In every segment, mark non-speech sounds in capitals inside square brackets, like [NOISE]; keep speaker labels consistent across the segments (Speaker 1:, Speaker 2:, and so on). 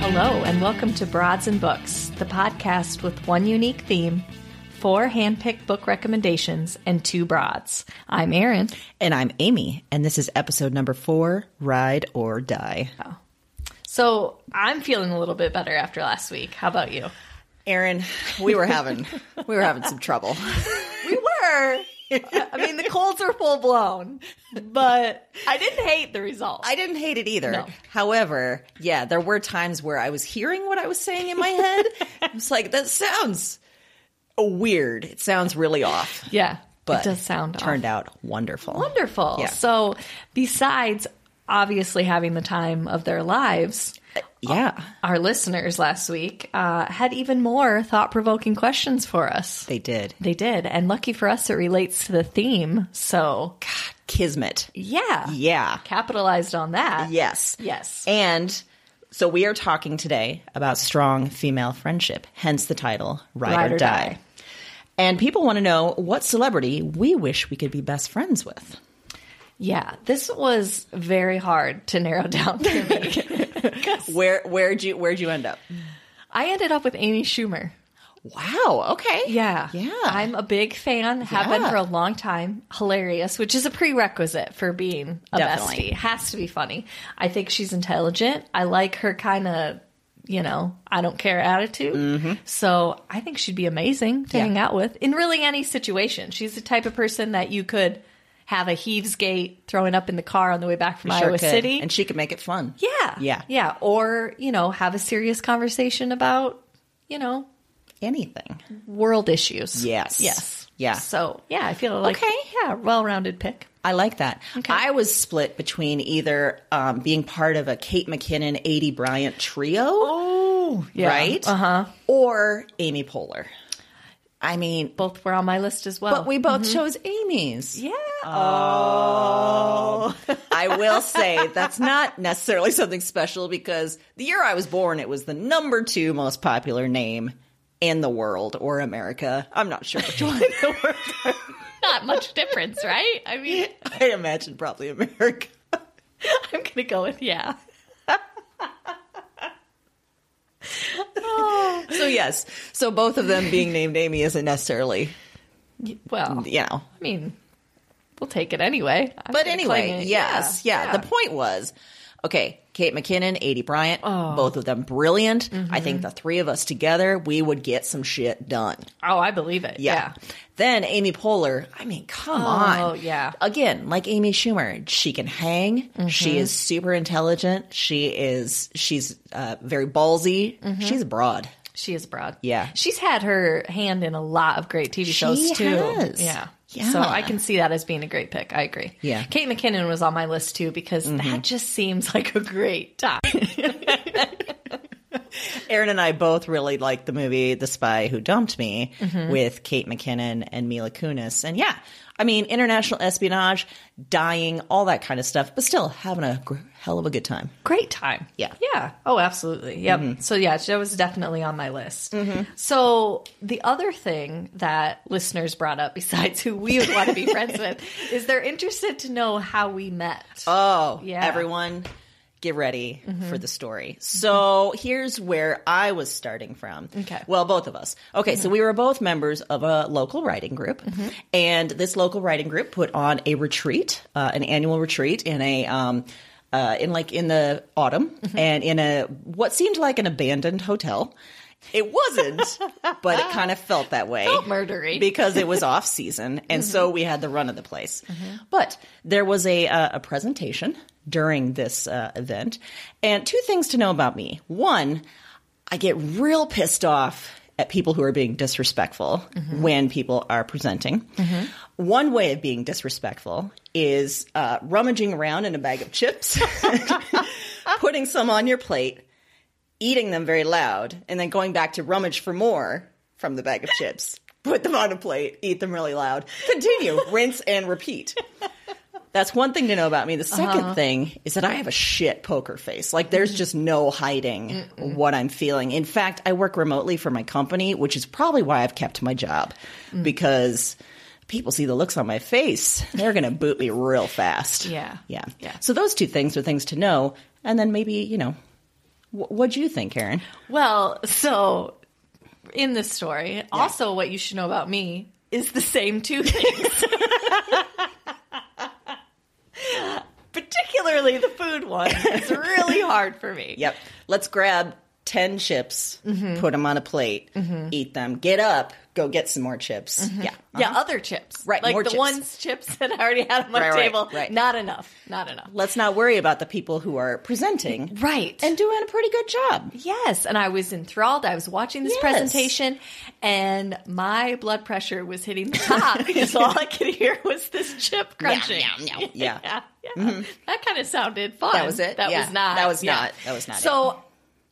Speaker 1: Hello, and welcome to Broads and Books, the podcast with one unique theme, four handpicked book recommendations, and two broads. I'm Erin.
Speaker 2: And I'm Amy, and this is episode number four Ride or Die.
Speaker 3: So I'm feeling a little bit better after last week. How about you?
Speaker 2: Aaron, we were having we were having some trouble.
Speaker 1: We were. I mean, the colds are full blown,
Speaker 3: But I didn't hate the result.
Speaker 2: I didn't hate it either. However, yeah, there were times where I was hearing what I was saying in my head. I was like, that sounds weird. It sounds really off.
Speaker 3: yeah,
Speaker 2: But
Speaker 3: it does sound off.
Speaker 2: turned out wonderful.
Speaker 3: wonderful.
Speaker 2: Yeah.
Speaker 3: So besides obviously having the time of their lives,
Speaker 2: Yeah.
Speaker 3: our listeners last week uh, had even more thought-provoking questions for us.
Speaker 2: They did.
Speaker 3: They did, and lucky for us, it relates to the theme. So
Speaker 2: Kismet.
Speaker 3: yeah,
Speaker 2: Yeah.
Speaker 3: capitalized on that.
Speaker 2: Yes.
Speaker 3: Yes.
Speaker 2: And so we are talking today about strong female friendship, hence the title Ride,
Speaker 3: Ride
Speaker 2: or,
Speaker 3: or
Speaker 2: die.
Speaker 3: Die.
Speaker 2: And people want to know what celebrity we wish we could be best friends with.
Speaker 3: yeah, this was very hard to narrow [LAUGHS] down for me.
Speaker 2: Where where'd you where'd you end up?
Speaker 3: I ended up with Amy Schumer.
Speaker 2: Wow, okay.
Speaker 3: Yeah.
Speaker 2: Yeah.
Speaker 3: I'm a big fan, have been
Speaker 2: Yeah.
Speaker 3: for a long time. Hilarious, which is a prerequisite for being a
Speaker 2: Definitely.
Speaker 3: bestie. Has to be funny. I think she's intelligent. I like her kind of, you know, I don't care attitude.
Speaker 2: Mm-hmm.
Speaker 3: So I think she'd be amazing to hang out with in really any situation. She's the type of person that you could have a Heavesgate throwing up in the car on the way back from
Speaker 2: Sure
Speaker 3: Iowa
Speaker 2: could.
Speaker 3: City.
Speaker 2: And she could make it fun.
Speaker 3: yeah.
Speaker 2: Yeah.
Speaker 3: Yeah. Or, you know, have a serious conversation about, you know,
Speaker 2: Anything.
Speaker 3: world issues.
Speaker 2: Yes.
Speaker 3: Yes.
Speaker 2: Yeah.
Speaker 3: So yeah, I feel like
Speaker 2: Okay.
Speaker 3: yeah, well rounded pick.
Speaker 2: I like that. I was split between either um, being part of a Kate McKinnon, 80 Bryant trio.
Speaker 3: yeah.
Speaker 2: Right? Uh huh. Or Amy Poehler. I mean,
Speaker 3: Both were on my list as well.
Speaker 2: But we both chose Amy's.
Speaker 3: yeah.
Speaker 2: I will say that's not necessarily something special because the year I was born, it was the number two most popular name in the world or America. I'm not sure which [LAUGHS] one.
Speaker 3: [LAUGHS] Not much difference, right? I
Speaker 2: [LAUGHS]
Speaker 3: mean,
Speaker 2: I imagine probably America.
Speaker 3: I'm gonna go with yeah.
Speaker 2: So yes, so both of them being named Amy isn't necessarily,
Speaker 3: Well,
Speaker 2: you know.
Speaker 3: I mean, we'll take it anyway. I'm
Speaker 2: But
Speaker 3: gonna
Speaker 2: anyway,
Speaker 3: claim it.
Speaker 2: yes, yeah,
Speaker 3: yeah.
Speaker 2: The point was, Okay, Kate McKinnon, 80 Bryant, both of them brilliant. I think the three of us together, we would get some shit done.
Speaker 3: Oh, I believe it.
Speaker 2: Yeah.
Speaker 3: Yeah.
Speaker 2: Then Amy Poehler, I mean, come on.
Speaker 3: Oh, yeah.
Speaker 2: Again, like Amy Schumer, she can hang. She
Speaker 3: Mm-hmm.
Speaker 2: is super intelligent. She is she's uh, very ballsy.
Speaker 3: Mm-hmm.
Speaker 2: She's broad.
Speaker 3: She is broad.
Speaker 2: Yeah.
Speaker 3: She's had her hand in a lot of great TV shows too.
Speaker 2: has.
Speaker 3: Yeah.
Speaker 2: Yeah.
Speaker 3: So I can see that as being a great pick. I agree.
Speaker 2: Yeah. Mm-hmm.
Speaker 3: Kate McKinnon was on my list too because that just seems like a great time.
Speaker 2: Aaron and I both really liked the movie The Spy Who Dumped Me
Speaker 3: Mm-hmm.
Speaker 2: with Kate McKinnon and Mila Kunis. And yeah, I mean, international espionage, dying, all that kind of stuff, but still having a gr- hell of a good time.
Speaker 3: great time.
Speaker 2: Yeah.
Speaker 3: Yeah. Oh, absolutely. Yep. So yeah, that was definitely on my list. So the other thing that listeners brought up besides who we would want to be friends with is they're interested to know how we met.
Speaker 2: Oh,
Speaker 3: Yeah. Mm-hmm.
Speaker 2: Everyone, get ready for the story. So here's where I was starting from.
Speaker 3: Okay. Mm-hmm.
Speaker 2: Well, both of us. Okay, so we were both members of a local writing group, and this local writing group put on a retreat, uh, an annual retreat in a. Um, uh, in like in the autumn
Speaker 3: Mm-hmm.
Speaker 2: and in a what seemed like an abandoned hotel it wasn't but it kind of felt that way
Speaker 3: Felt murdery.
Speaker 2: because it was off season, and so we had the run of the place. But there was a uh, a presentation during this uh, event, and two things to know about me: one, I get real pissed off at people who are being disrespectful when people are presenting. One way of being disrespectful is uh, rummaging around in a bag of chips, [LAUGHS] putting some on your plate, eating them very loud, and then going back to rummage for more from
Speaker 3: [LAUGHS]
Speaker 2: the bag of chips. Put them on a plate, eat them really loud,
Speaker 3: [LAUGHS]
Speaker 2: continue, rinse and repeat. That's one thing to know about me.
Speaker 3: Uh-huh.
Speaker 2: The 2nd thing is that I have a shit poker face. Like, there's just no hiding what I'm feeling. In fact, I work remotely for my company, which is probably why I've kept my job
Speaker 3: Mm.
Speaker 2: because people see the looks on my face. They're going to boot me real fast.
Speaker 3: Yeah.
Speaker 2: Yeah.
Speaker 3: Yeah.
Speaker 2: So, those two things are things to know. And then maybe, you know, wh- what'd you think, Karen?
Speaker 3: Well, so in this story, also what you should know about me is the same two things. [LAUGHS] Particularly the food one. It's really hard for me.
Speaker 2: Yep. Let's grab 10 chips,
Speaker 3: Mm-hmm.
Speaker 2: put them on a plate, eat them, get up, go get some more chips. Yeah.
Speaker 3: Mm-hmm. Yeah, other chips.
Speaker 2: Uh-huh. Right,
Speaker 3: Like
Speaker 2: more
Speaker 3: the
Speaker 2: chips.
Speaker 3: ones chips [LAUGHS] that I already had on my
Speaker 2: Right, right,
Speaker 3: table.
Speaker 2: right.
Speaker 3: Not enough. Not enough.
Speaker 2: Let's not worry about the people who are presenting
Speaker 3: Right.
Speaker 2: and doing a pretty good
Speaker 3: [LAUGHS]
Speaker 2: job.
Speaker 3: Yes, and I was enthralled. I was watching this
Speaker 2: Yes.
Speaker 3: presentation, and my blood pressure was hitting the
Speaker 2: [LAUGHS]
Speaker 3: top [LAUGHS] because all I could hear was this chip crunching.
Speaker 2: Yeah.
Speaker 3: [LAUGHS] yeah, yeah. That kind of sounded fun.
Speaker 2: Mm-hmm. That was it?
Speaker 3: That
Speaker 2: Yeah.
Speaker 3: was not.
Speaker 2: That was
Speaker 3: yeah.
Speaker 2: not- that was not
Speaker 3: So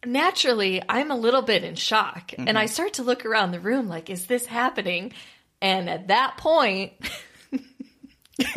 Speaker 3: naturally, I'm a little bit in shock, and
Speaker 2: Mm-hmm.
Speaker 3: I start to look around the room like, "Is this happening?" And at that point, [LAUGHS]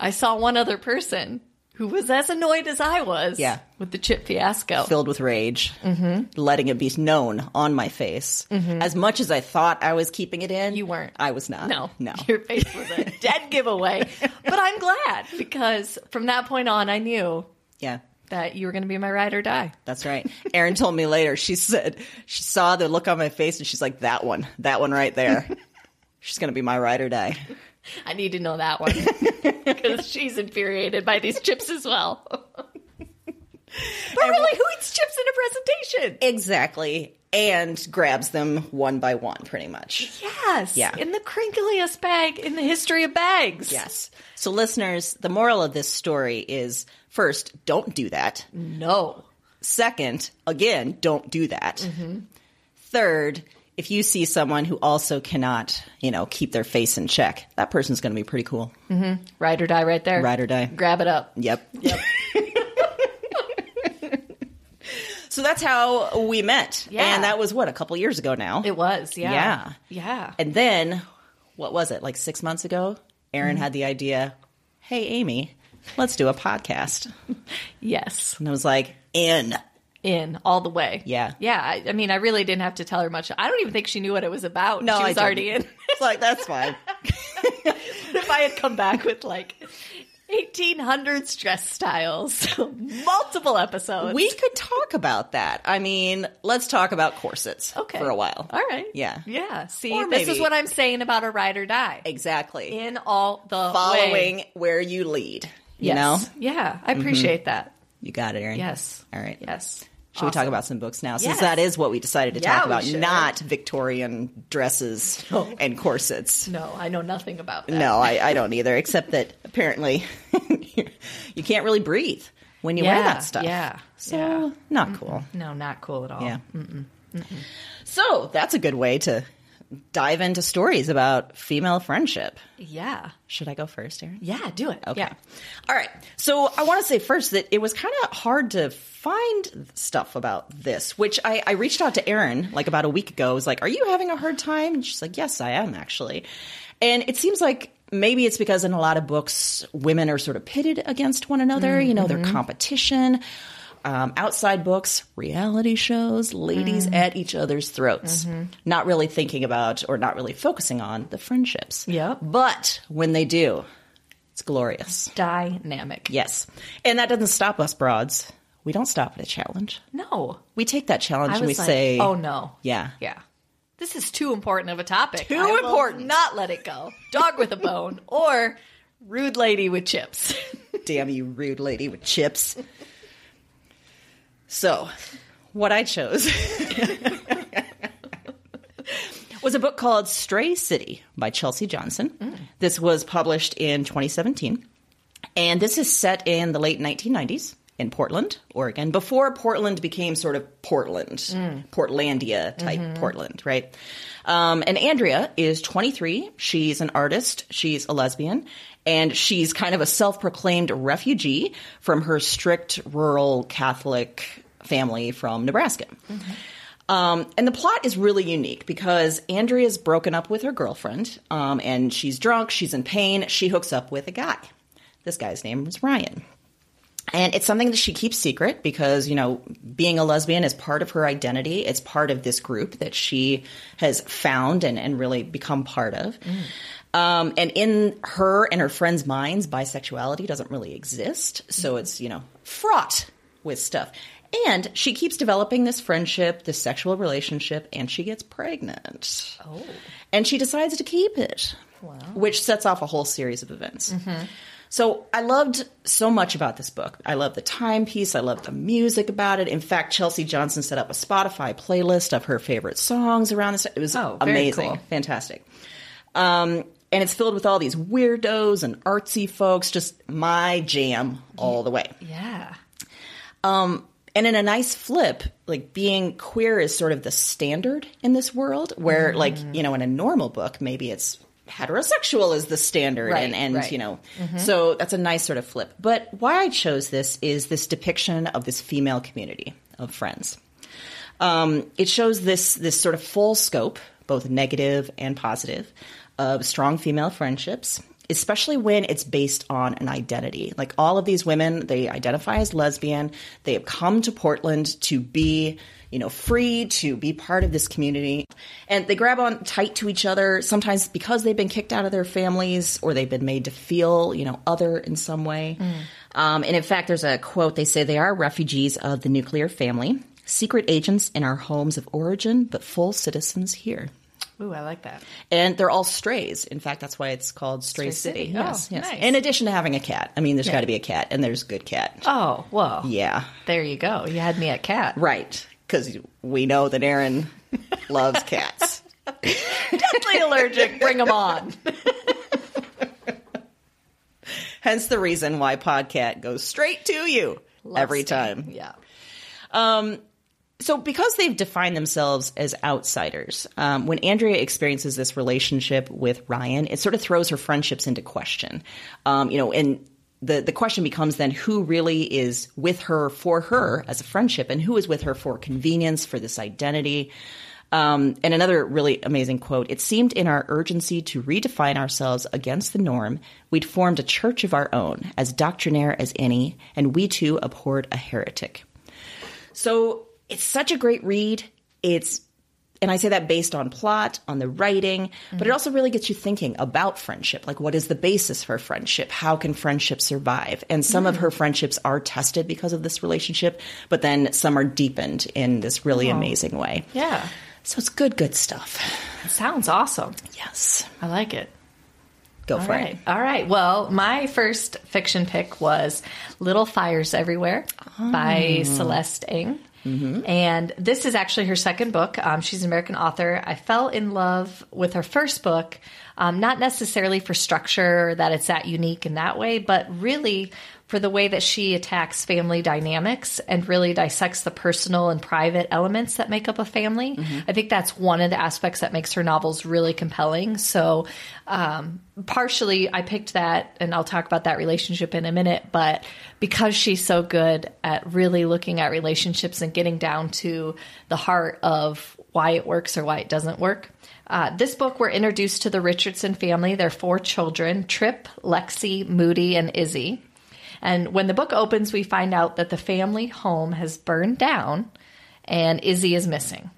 Speaker 3: I saw one other person who was as annoyed as I was.
Speaker 2: Yeah.
Speaker 3: with the chip fiasco.
Speaker 2: Filled with rage,
Speaker 3: Mm-hmm.
Speaker 2: letting it be known on my face. As much as I thought I was keeping it in,
Speaker 3: You weren't.
Speaker 2: I was not.
Speaker 3: No,
Speaker 2: No.
Speaker 3: [LAUGHS] Your face was a
Speaker 2: [LAUGHS]
Speaker 3: dead giveaway. But I'm glad because from that point on, I knew
Speaker 2: Yeah.
Speaker 3: that you were going to be my ride or die.
Speaker 2: That's right. Erin told me later, she said she saw the look on my face and she's like, that one, that one
Speaker 3: [LAUGHS]
Speaker 2: right there. she's going to be my ride or die.
Speaker 3: I need to know that one because she's infuriated by these chips as well. but really, who eats chips in a presentation?
Speaker 2: Exactly. And grabs them one by one, pretty much.
Speaker 3: Yes.
Speaker 2: Yeah.
Speaker 3: In the crinkliest bag in the history of bags.
Speaker 2: Yes. So, listeners, the moral of this story is first, don't do that.
Speaker 3: No.
Speaker 2: Second, again, don't do that.
Speaker 3: Mm-hmm.
Speaker 2: Third, if you see someone who also cannot, you know, keep their face in check, that person's going to be pretty cool.
Speaker 3: Ride or die right there.
Speaker 2: Ride or die.
Speaker 3: Grab it up.
Speaker 2: Yep. Yep. [LAUGHS] so that's how we met.
Speaker 3: Yeah.
Speaker 2: And that was what, a couple years ago now?
Speaker 3: It was. Yeah.
Speaker 2: Yeah.
Speaker 3: Yeah.
Speaker 2: And then, what was it? Like six months ago, Aaron
Speaker 3: Mm-hmm.
Speaker 2: had the idea. Hey, Amy, let's do a podcast.
Speaker 3: yes.
Speaker 2: And I was like, in.
Speaker 3: in all the way.
Speaker 2: Yeah.
Speaker 3: Yeah. I, I mean, I really didn't have to tell her much. I don't even think she knew what it was about.
Speaker 2: No,
Speaker 3: she
Speaker 2: I
Speaker 3: was already in. [LAUGHS]
Speaker 2: didn't. It's like that's fine.
Speaker 3: if I had come back with like 1800s dress styles, [LAUGHS] multiple episodes.
Speaker 2: we could talk about that. I mean, let's talk about corsets
Speaker 3: okay.
Speaker 2: for a while.
Speaker 3: All right.
Speaker 2: Yeah.
Speaker 3: Yeah. See,
Speaker 2: Or
Speaker 3: this is
Speaker 2: maybe-
Speaker 3: what I'm saying about a ride or die.
Speaker 2: Exactly.
Speaker 3: In all the way.
Speaker 2: Following where you lead. You know?
Speaker 3: Yeah, I appreciate that.
Speaker 2: You got it, Erin.
Speaker 3: Yes.
Speaker 2: All right.
Speaker 3: Yes.
Speaker 2: Should we talk about some books now? Since
Speaker 3: Yes.
Speaker 2: that is what we decided to
Speaker 3: Yeah,
Speaker 2: talk
Speaker 3: we
Speaker 2: about,
Speaker 3: should. Oh.
Speaker 2: not Victorian dresses and corsets.
Speaker 3: No, I know nothing about that.
Speaker 2: [LAUGHS] No, I, I don't either, except that apparently [LAUGHS] you can't really breathe when you wear
Speaker 3: Yeah,
Speaker 2: that stuff.
Speaker 3: yeah,
Speaker 2: So,
Speaker 3: yeah.
Speaker 2: not cool.
Speaker 3: No, not cool at all.
Speaker 2: Yeah. So, that's a good way to dive into stories about female friendship.
Speaker 3: Yeah.
Speaker 2: Should I go first, Erin?
Speaker 3: Yeah, do it.
Speaker 2: Okay.
Speaker 3: Yeah.
Speaker 2: All right. So I want to say first that it was kind of hard to find stuff about this, which I, I reached out to Erin like about a week ago. I was like, Are you having a hard time? And she's like, Yes, I am actually. And it seems like maybe it's because in a lot of books, women are sort of pitted against one another, you know, their competition. Um, outside books, reality shows, ladies at each other's throats, not really thinking about or not really focusing on the friendships.
Speaker 3: Yep.
Speaker 2: But when they do, it's glorious.
Speaker 3: Dynamic.
Speaker 2: Yes. And that doesn't stop us broads. We don't stop at a challenge.
Speaker 3: No.
Speaker 2: We take that challenge
Speaker 3: I
Speaker 2: and
Speaker 3: was
Speaker 2: we
Speaker 3: like,
Speaker 2: say,
Speaker 3: oh no.
Speaker 2: Yeah.
Speaker 3: Yeah. This is too important of a topic. Too
Speaker 2: important.
Speaker 3: not let it go. Dog with a
Speaker 2: [LAUGHS]
Speaker 3: bone or rude lady with chips.
Speaker 2: Damn you, rude lady with chips. so, what I chose [LAUGHS] was a book called Stray City by Chelsea Johnson.
Speaker 3: Mm.
Speaker 2: This was published in 2017. And this is set in the late 1990s in Portland, Oregon, before Portland became sort of Portland, Portlandia type Portland, right? Um, and Andrea is 23. She's an artist, she's a lesbian, and she's kind of a self proclaimed refugee from her strict rural Catholic family from Nebraska. Um, and the plot is really unique because Andrea's broken up with her girlfriend, um, and she's drunk, she's in pain, she hooks up with a guy. This guy's name was Ryan. And it's something that she keeps secret because, you know, being a lesbian is part of her identity. It's part of this group that she has found and, and really become part of. Um, and in her and her friends' minds, bisexuality doesn't really exist. So it's, you know, fraught with stuff. And she keeps developing this friendship, this sexual relationship, and she gets pregnant. Oh. And she decides to keep it, which sets off a whole series of events.
Speaker 3: Mm-hmm.
Speaker 2: So I loved so much about this book. I love the timepiece. I love the music about it. In fact, Chelsea Johnson set up a Spotify playlist of her favorite songs around this. It was
Speaker 3: Oh, very
Speaker 2: amazing,
Speaker 3: cool.
Speaker 2: fantastic. Um, and it's filled with all these weirdos and artsy folks. Just my jam all the way.
Speaker 3: Yeah.
Speaker 2: And in a nice flip, like being queer is sort of the standard in this world, where
Speaker 3: Mm-hmm.
Speaker 2: like you know, in a normal book, maybe it's heterosexual is the standard,
Speaker 3: Right,
Speaker 2: and and
Speaker 3: right. Mm-hmm.
Speaker 2: you know, so that's a nice sort of flip. But why I chose this is this depiction of this female community of friends. Um, it shows this this sort of full scope, both negative and positive, of strong female friendships, especially when it's based on an identity. Like all of these women, they identify as lesbian. They have come to Portland to be, you know, free to be part of this community, and they grab on tight to each other. Sometimes because they've been kicked out of their families or they've been made to feel, you know, other in some way. Um, and in fact, there's a quote. They say they are refugees of the nuclear family secret agents in our homes of origin, but full citizens here.
Speaker 3: Ooh, I like that.
Speaker 2: And they're all strays. In fact, that's why it's called Stray,
Speaker 3: Stray
Speaker 2: City.
Speaker 3: City.
Speaker 2: Yes,
Speaker 3: Oh,
Speaker 2: yes.
Speaker 3: nice.
Speaker 2: In addition to having a cat, I mean, there's got to be a cat, and there's good cat.
Speaker 3: Oh, whoa.
Speaker 2: Yeah,
Speaker 3: There you go. You had me at [LAUGHS] cat.
Speaker 2: right. Because we know that Aaron
Speaker 3: [LAUGHS]
Speaker 2: loves cats.
Speaker 3: Deathly allergic. Bring them on.
Speaker 2: Hence the reason why Podcat goes straight to you
Speaker 3: [LAUGHS]
Speaker 2: every time.
Speaker 3: Yeah.
Speaker 2: so because they've defined themselves as outsiders um, when andrea experiences this relationship with ryan it sort of throws her friendships into question um, you know and the, the question becomes then who really is with her for her as a friendship and who is with her for convenience for this identity um, and another really amazing quote it seemed in our urgency to redefine ourselves against the norm we'd formed a church of our own as doctrinaire as any and we too abhorred a heretic so it's such a great read. It's, and I say that based on plot, on the writing, but it also really gets you thinking about friendship. Like, what is the basis for friendship? How can friendship survive? And some of her friendships are tested because of this relationship, but then some are deepened in this really amazing way.
Speaker 3: Yeah.
Speaker 2: So it's good, good stuff.
Speaker 3: It sounds awesome.
Speaker 2: Yes.
Speaker 3: I like it.
Speaker 2: Go for
Speaker 3: All right.
Speaker 2: it.
Speaker 3: All right. Well, my first fiction pick was Little Fires Everywhere by Celeste Ng. And this is actually her second book. Um, she's an American author. I fell in love with her first book, um, not necessarily for structure, or that it's that unique in that way, but really for the way that she attacks family dynamics and really dissects the personal and private elements that make up a family. I think that's one of the aspects that makes her novels really compelling. So, um, partially, I picked that, and I'll talk about that relationship in a minute, but because she's so good at really looking at relationships and getting down to the heart of why it works or why it doesn't work. Uh, this book, we're introduced to the Richardson family, their four children Trip, Lexi, Moody, and Izzy. And when the book opens, we find out that the family home has burned down and Izzy is missing.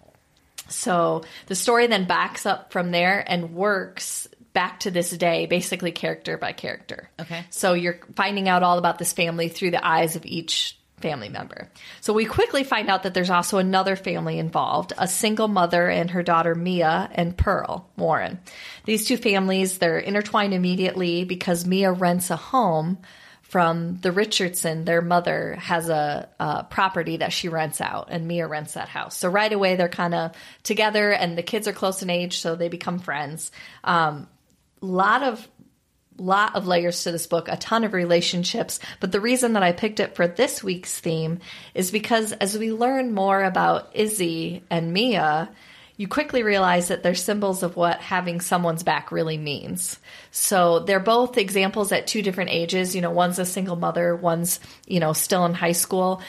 Speaker 3: So the story then backs up from there and works back to this day, basically character by character.
Speaker 2: Okay.
Speaker 3: So you're finding out all about this family through the eyes of each family member. So we quickly find out that there's also another family involved, a single mother and her daughter Mia and Pearl Warren. These two families, they're intertwined immediately because Mia rents a home from the Richardson, their mother has a, a property that she rents out, and Mia rents that house. So right away, they're kind of together, and the kids are close in age, so they become friends. Um, lot of lot of layers to this book, a ton of relationships. But the reason that I picked it for this week's theme is because as we learn more about Izzy and Mia, you quickly realize that they're symbols of what having someone's back really means. So they're both examples at two different ages. You know, one's a single mother, one's, you know, still in high school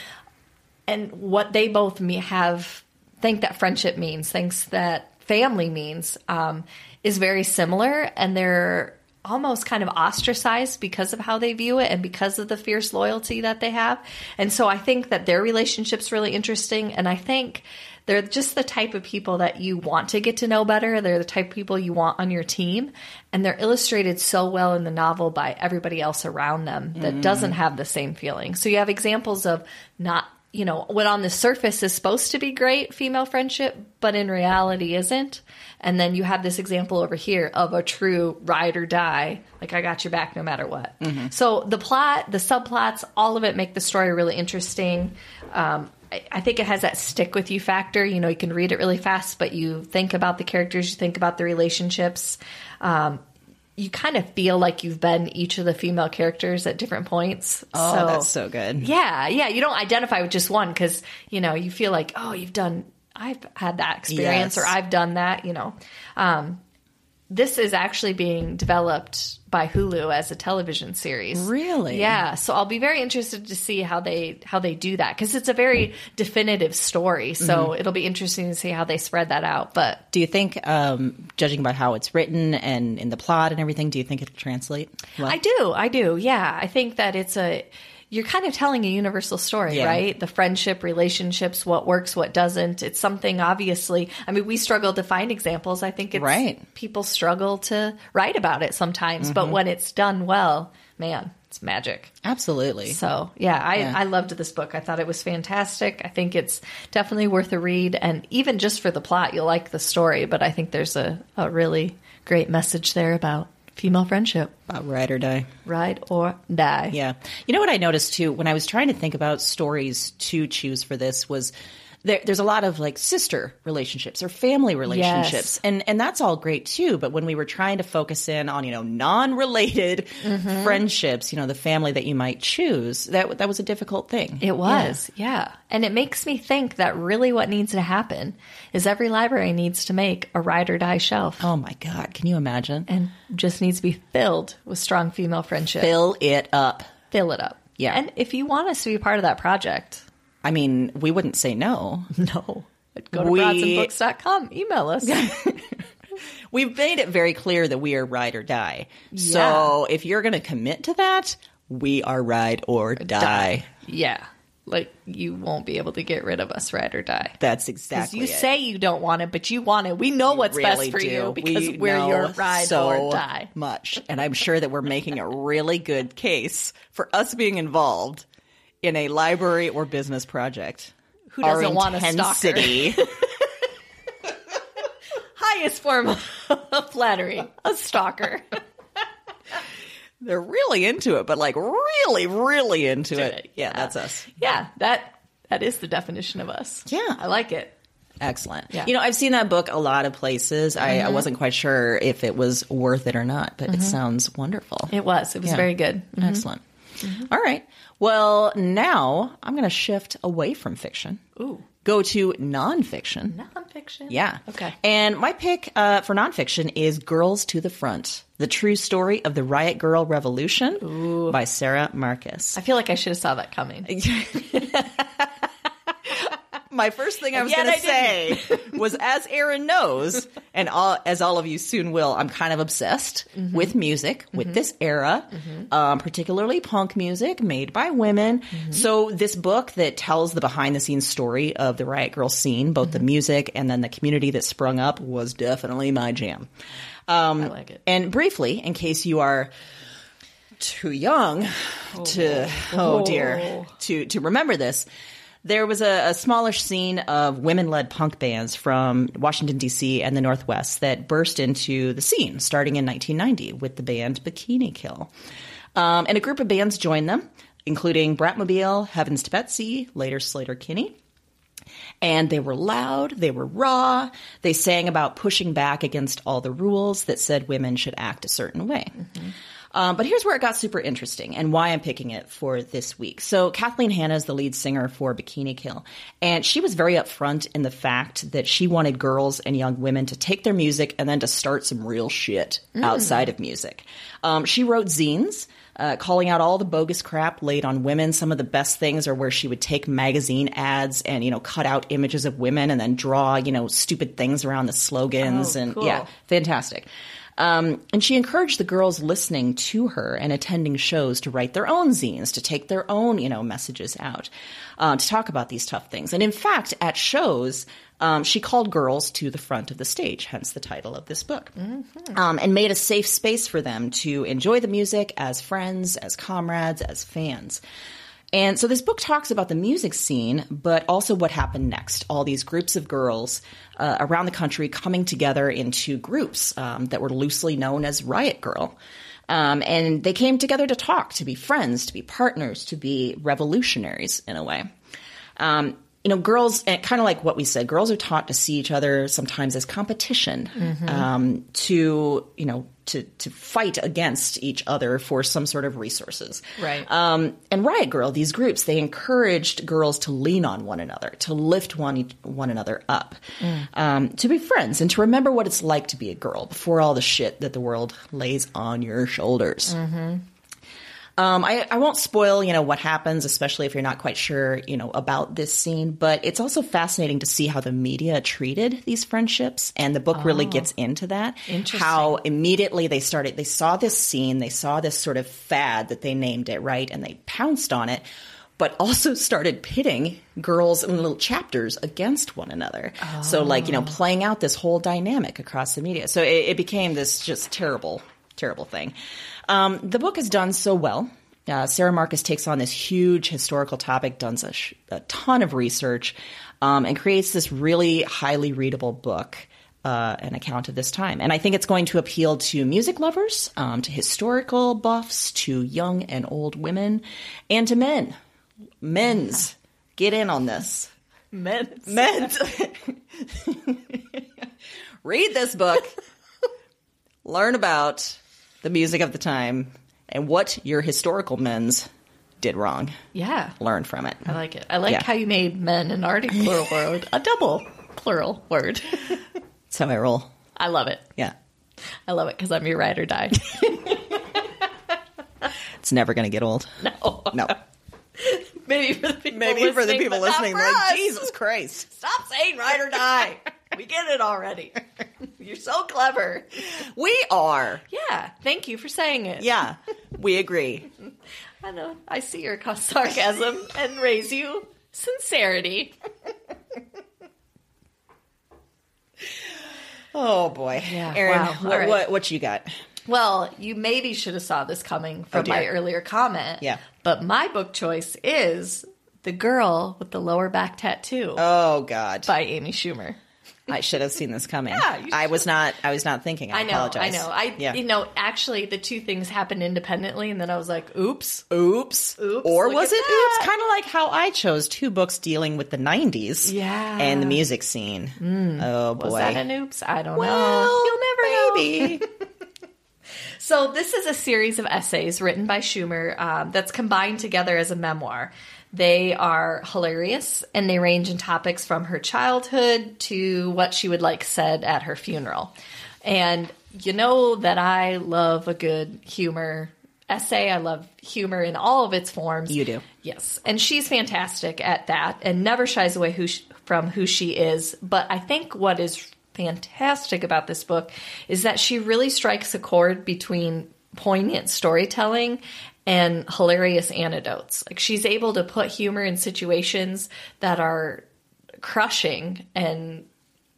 Speaker 3: and what they both me- have think that friendship means, thinks that family means, um, is very similar, and they're almost kind of ostracized because of how they view it and because of the fierce loyalty that they have. And so I think that their relationship's really interesting, and I think they're just the type of people that you want to get to know better. They're the type of people you want on your team, and they're illustrated so well in the novel by everybody else around them that doesn't have the same feeling. So you have examples of not you know, what on the surface is supposed to be great female friendship, but in reality isn't. And then you have this example over here of a true ride or die, like I got your back no matter what. So the plot, the subplots, all of it make the story really interesting. Um, I I think it has that stick with you factor. You know, you can read it really fast, but you think about the characters, you think about the relationships. Um, you kind of feel like you've been each of the female characters at different points.
Speaker 2: Oh, that's so good.
Speaker 3: Yeah, yeah. You don't identify with just one because you know you feel like, oh, you've done. I've had that experience,
Speaker 2: Yes.
Speaker 3: or I've done that. You know, um, this is actually being developed by Hulu as a television series.
Speaker 2: Really?
Speaker 3: Yeah. So I'll be very interested to see how they how they do that because it's a very definitive story. So
Speaker 2: Mm-hmm.
Speaker 3: it'll be interesting to see how they spread that out. But
Speaker 2: Do you think, um, judging by how it's written and in the plot and everything, do you think it'll translate? Well,
Speaker 3: I do. I do. Yeah. I think that it's a you're kind of telling a universal story,
Speaker 2: Yeah.
Speaker 3: right? The friendship, relationships, what works, what doesn't. It's something obviously. I mean, we struggle to find examples. I think it's
Speaker 2: Right. Mm-hmm.
Speaker 3: people struggle to write about it sometimes, but when it's done well, man, it's magic.
Speaker 2: absolutely.
Speaker 3: So yeah, I,
Speaker 2: Yeah.
Speaker 3: I loved this book. I thought it was fantastic. I think it's definitely worth a read, and even just for the plot, you'll like the story. But I think there's a, a really great message there about female friendship
Speaker 2: About ride or die.
Speaker 3: ride or die.
Speaker 2: Yeah. You know what I noticed too when I was trying to think about stories to choose for this was there, there's a lot of like sister relationships or family relationships and and that's all great too but when we were trying to focus in on you know non-related
Speaker 3: Mm-hmm.
Speaker 2: friendships you know the family that you might choose that that was a difficult thing
Speaker 3: It was, yeah. And it makes me think that really what needs to happen is every library needs to make a ride or die shelf
Speaker 2: oh my god can you imagine
Speaker 3: and just needs to be filled with strong female friendship.
Speaker 2: fill it up
Speaker 3: Fill it up.
Speaker 2: Yeah.
Speaker 3: And if you want us to be part of that project,
Speaker 2: I mean we wouldn't say [LAUGHS] no
Speaker 3: no. Go to
Speaker 2: We-
Speaker 3: broadsandbooks.com, email us. [LAUGHS]
Speaker 2: we've made it very clear that we are ride or die. So if you're going to commit to that, we are ride or die.
Speaker 3: yeah. Like you won't be able to get rid of us, ride or die.
Speaker 2: That's
Speaker 3: 'Cause
Speaker 2: exactly
Speaker 3: you
Speaker 2: it.
Speaker 3: say you don't want it, but you want it. We know what's best
Speaker 2: Really
Speaker 3: for
Speaker 2: do.
Speaker 3: you
Speaker 2: We
Speaker 3: because we are
Speaker 2: know
Speaker 3: your ride
Speaker 2: so
Speaker 3: or die.
Speaker 2: Much, and I'm sure that we're making a really good case for us being involved in a library or business project.
Speaker 3: Who doesn't
Speaker 2: Our
Speaker 3: want a stalker? [LAUGHS]
Speaker 2: intensity-
Speaker 3: [LAUGHS] highest form of flattery, a stalker.
Speaker 2: [LAUGHS]
Speaker 3: [LAUGHS]
Speaker 2: They're really into it, but like really, really into it.
Speaker 3: it,
Speaker 2: Yeah,
Speaker 3: yeah.
Speaker 2: that's us.
Speaker 3: Yeah, that that is the definition of us.
Speaker 2: Yeah.
Speaker 3: I like it.
Speaker 2: Excellent.
Speaker 3: Yeah. Mm-hmm.
Speaker 2: You know, I've seen that book a lot of places. I, I wasn't quite sure if it was worth it or not, but it sounds wonderful.
Speaker 3: It mm-hmm. was. It was
Speaker 2: Yeah.
Speaker 3: very good.
Speaker 2: Excellent. All right. Well, now I'm going to shift away from fiction.
Speaker 3: Ooh.
Speaker 2: Go to nonfiction.
Speaker 3: Nonfiction.
Speaker 2: Yeah.
Speaker 3: Okay.
Speaker 2: And my pick uh, for nonfiction is Girls to the Front The True Story of the Riot Girl Revolution by Sarah Marcus.
Speaker 3: I feel like I should have saw that coming.
Speaker 2: My first thing I was
Speaker 3: Yet
Speaker 2: going
Speaker 3: I
Speaker 2: to say was as Aaron knows, [LAUGHS] and all, as all of you soon will, I'm kind of obsessed
Speaker 3: Mm-hmm.
Speaker 2: with music, with this era, um, particularly punk music made by women.
Speaker 3: Mm-hmm.
Speaker 2: So, this book that tells the behind the scenes story of the Riot Girl scene, both
Speaker 3: Mm-hmm.
Speaker 2: the music and then the community that sprung up, was definitely my jam.
Speaker 3: [LAUGHS] I like [LAUGHS] it.
Speaker 2: And briefly, in case you are too young to oh dear to to remember this, there was a, a smallish scene of women-led punk bands from Washington D.C. and the Northwest that burst into the scene starting in 1990 with the band Bikini Kill, um, and a group of bands joined them, including Bratmobile, Heavens to Betsy, later Slater Kinney and they were loud, they were raw, they sang about pushing back against all the rules that said women should act a certain way. Um, but here's where it got super interesting and why I'm picking it for this week. So, Kathleen Hanna is the lead singer for Bikini Kill, and she was very upfront in the fact that she wanted girls and young women to take their music and then to start some real shit outside of music. Um, she wrote zines uh, calling out all the bogus crap laid on women. Some of the best things are where she would take magazine ads and you know cut out images of women and then draw you know stupid things around the slogans
Speaker 3: Oh,
Speaker 2: and
Speaker 3: cool.
Speaker 2: yeah, fantastic. Um, and she encouraged the girls listening to her and attending shows to write their own zines, to take their own, you know, messages out, uh, to talk about these tough things. And in fact, at shows, um, she called girls to the front of the stage, hence the title of this book,
Speaker 3: Mm.
Speaker 2: um, and made a safe space for them to enjoy the music as friends, as comrades, as fans. And so this book talks about the music scene, but also what happened next. All these groups of girls uh, around the country coming together into groups um, that were loosely known as Riot Girl. Um, and they came together to talk, to be friends, to be partners, to be revolutionaries in a way. Um, you know, girls, and kind of like what we said, girls are taught to see each other sometimes as competition, um, to, you know, to, to fight against each other for some sort of resources.
Speaker 3: Right.
Speaker 2: Um, and Riot Girl, these groups, they encouraged girls to lean on one another, to lift one, one another up, um, to be friends, and to remember what it's like to be a girl before all the shit that the world lays on your shoulders. Um, I, I won't spoil, you know, what happens, especially if you're not quite sure, you know, about this scene. But it's also fascinating to see how the media treated these friendships, and the book really gets into that.
Speaker 3: Interesting.
Speaker 2: How immediately they started, they saw this scene, they saw this sort of fad that they named it right, and they pounced on it. But also [LAUGHS] started pitting girls in little chapters against one another. So, like, you know, playing out this whole dynamic across the media. So it, it became this just terrible, terrible thing. Um, the book is done so well uh, Sarah Marcus takes on this huge historical topic, does a, sh- a ton of research, um, and creates this really highly readable book, uh, an account of this time. And I think it's going to appeal to music lovers, um, to historical buffs, to young and old women, and to men. Men's. Get in on this.
Speaker 3: Men.
Speaker 2: Men's. [LAUGHS] Read this book. Learn about the music of the time and what your historical men's did wrong.
Speaker 3: Yeah.
Speaker 2: Learn from it.
Speaker 3: I like it. I like
Speaker 2: Yeah.
Speaker 3: how you made men an Arctic plural word, a double plural word. [LAUGHS]
Speaker 2: That's how I roll.
Speaker 3: I love it.
Speaker 2: Yeah.
Speaker 3: I love it because I'm your ride or die. [LAUGHS]
Speaker 2: It's never going to get old.
Speaker 3: No. [LAUGHS]
Speaker 2: No.
Speaker 3: Maybe for the people
Speaker 2: Maybe for the
Speaker 3: listening,
Speaker 2: people
Speaker 3: but not
Speaker 2: listening,
Speaker 3: for
Speaker 2: like,
Speaker 3: us.
Speaker 2: Jesus Christ.
Speaker 3: Stop saying ride or die. We get it already. You're so clever.
Speaker 2: We are.
Speaker 3: Yeah. Thank you for saying it.
Speaker 2: Yeah. We agree.
Speaker 3: I know. I see your sarcasm and raise you sincerity.
Speaker 2: Oh, boy.
Speaker 3: [LAUGHS] Yeah,
Speaker 2: Aaron,
Speaker 3: wow.
Speaker 2: what,
Speaker 3: All right.
Speaker 2: what, what you got?
Speaker 3: Well, you maybe should have saw this coming from
Speaker 2: dear.
Speaker 3: my earlier comment.
Speaker 2: Yeah.
Speaker 3: But my book choice is The Girl with the Lower Back Tattoo
Speaker 2: Oh, God.
Speaker 3: by Amy Schumer.
Speaker 2: I should have seen this coming.
Speaker 3: [LAUGHS] Yeah, you
Speaker 2: I was not. I was not thinking. I,
Speaker 3: I know,
Speaker 2: apologize.
Speaker 3: I know. I
Speaker 2: yeah.
Speaker 3: you know, actually the two things happened independently and then I was like, oops.
Speaker 2: Oops.
Speaker 3: Oops,
Speaker 2: Or
Speaker 3: look
Speaker 2: was
Speaker 3: at
Speaker 2: it
Speaker 3: that.
Speaker 2: oops? Kind of like how I chose two books dealing with the 90s.
Speaker 3: Yeah. Hmm.
Speaker 2: And the music scene. oh, boy.
Speaker 3: Was that an oops? I don't know.
Speaker 2: well,
Speaker 3: You'll never know.
Speaker 2: maybe.
Speaker 3: So this is a series of essays written by Schumer um, that's combined together as a memoir. They are hilarious and they range in topics from her childhood to what she would like said at her funeral. And you know that I love a good humor essay. I love humor in all of its forms.
Speaker 2: You do.
Speaker 3: Yes, and she's fantastic at that, and never shies away who sh from who she is. But I think what is fantastic about this book is that she really strikes a chord between poignant storytelling and hilarious anecdotes. Like she's able to put humor in situations that are crushing and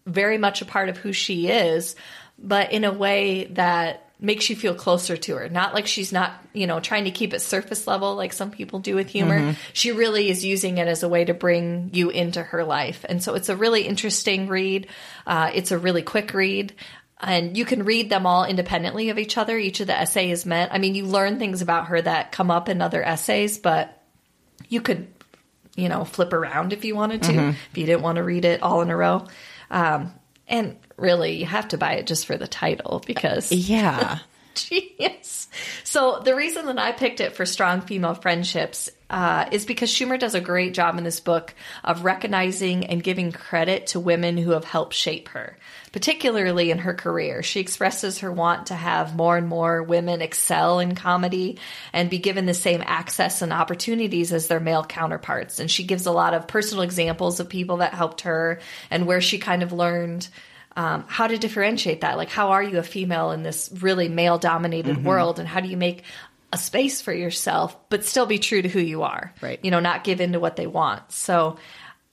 Speaker 3: very much a part of who she is, but in a way that makes you feel closer to her. Not like she's not, you know, trying to keep it surface level like some people do with humor. She really is using it as a way to bring you into her life. And so it's a really interesting read. Uh, it's a really quick read. And you can read them all independently of each other. Each of the essay is meant. I mean, you learn things about her that come up in other essays, but you could you know flip around if you wanted to if you didn't want to read it all in a row um, and really you have to buy it just for the title because
Speaker 2: [LAUGHS] Yeah.
Speaker 3: [LAUGHS] genius so the reason that i picked it for strong female friendships uh, is because schumer does a great job in this book of recognizing and giving credit to women who have helped shape her particularly in her career she expresses her want to have more and more women excel in comedy and be given the same access and opportunities as their male counterparts and she gives a lot of personal examples of people that helped her and where she kind of learned um, how to differentiate that. Like, how are you a female in this really male dominated
Speaker 2: Mm-hmm.
Speaker 3: world? And how do you make a space for yourself, but still be true to who you are?
Speaker 2: Right.
Speaker 3: You know, not give in to what they want. So,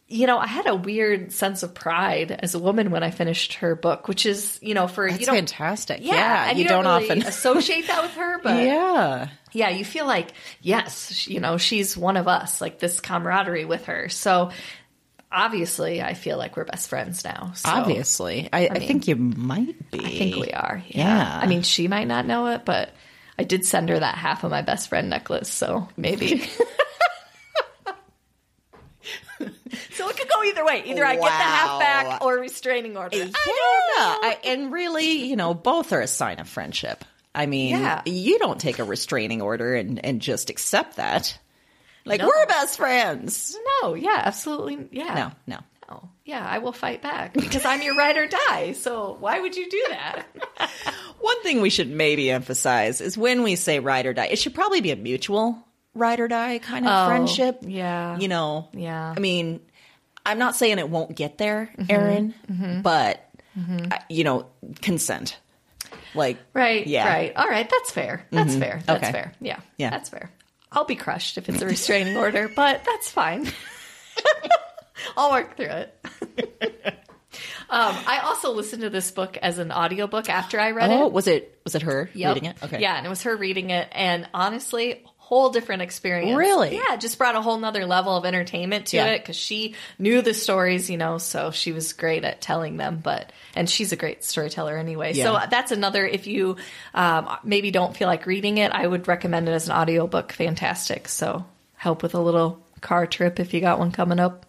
Speaker 3: you know, I had a weird sense of pride as a woman when I finished her book, which is, you know, for you
Speaker 2: That's
Speaker 3: don't.
Speaker 2: fantastic.
Speaker 3: Yeah,
Speaker 2: Yeah.
Speaker 3: and
Speaker 2: you, don't,
Speaker 3: really
Speaker 2: often.
Speaker 3: associate that with
Speaker 2: [LAUGHS]
Speaker 3: her, but
Speaker 2: yeah.
Speaker 3: yeah, you feel like, yes, sh- you know, she's one of us, like this camaraderie with her. So obviously, I feel like we're best friends now. So.
Speaker 2: Obviously. I, I, think you might be.
Speaker 3: I think we are. Yeah.
Speaker 2: Yeah.
Speaker 3: I mean, she might not know it, but I did send her that half of my best friend necklace, so
Speaker 2: [LAUGHS]
Speaker 3: maybe. so it could go either way. Either I get the half back or restraining order. Uh,
Speaker 2: yeah. I, and really, you know, both are a sign of friendship. I mean,
Speaker 3: Yeah.
Speaker 2: you don't take a restraining order and, and just accept that. Like, we're best friends.
Speaker 3: No, yeah, absolutely. Yeah.
Speaker 2: No, no.
Speaker 3: No. Yeah, I will fight back because I'm your ride or die. So why would you do that?
Speaker 2: [LAUGHS] One thing we should maybe emphasize is when we say ride or die, it should probably be a mutual ride or die kind of
Speaker 3: Oh,
Speaker 2: friendship.
Speaker 3: yeah.
Speaker 2: You know,
Speaker 3: Yeah. Mm-hmm.
Speaker 2: I mean, I'm not saying it won't get there, Erin, but, uh, you know, consent. Like,
Speaker 3: Right.
Speaker 2: Yeah. Mm-hmm.
Speaker 3: Right. All right. That's fair. That's fair. That's
Speaker 2: Okay.
Speaker 3: fair. Yeah.
Speaker 2: Yeah.
Speaker 3: That's fair. I'll be crushed if it's a
Speaker 2: [LAUGHS]
Speaker 3: restraining order, but that's fine. I'll work through it. [LAUGHS] um, I also listened to this book as an audiobook after I read it.
Speaker 2: oh, was it was it her
Speaker 3: Yep.
Speaker 2: reading it? Okay.
Speaker 3: Yeah, and it was her reading it, and honestly, whole different experience.
Speaker 2: Really?
Speaker 3: Yeah, it just brought a whole nother level of entertainment to
Speaker 2: Yeah.
Speaker 3: it because she knew the stories, you know, so she was great at telling them. But and she's a great storyteller anyway.
Speaker 2: Yeah.
Speaker 3: So that's another. If you um, maybe don't feel like reading it, I would recommend it as an audiobook. Fantastic. So help with a little car trip if you got one coming up.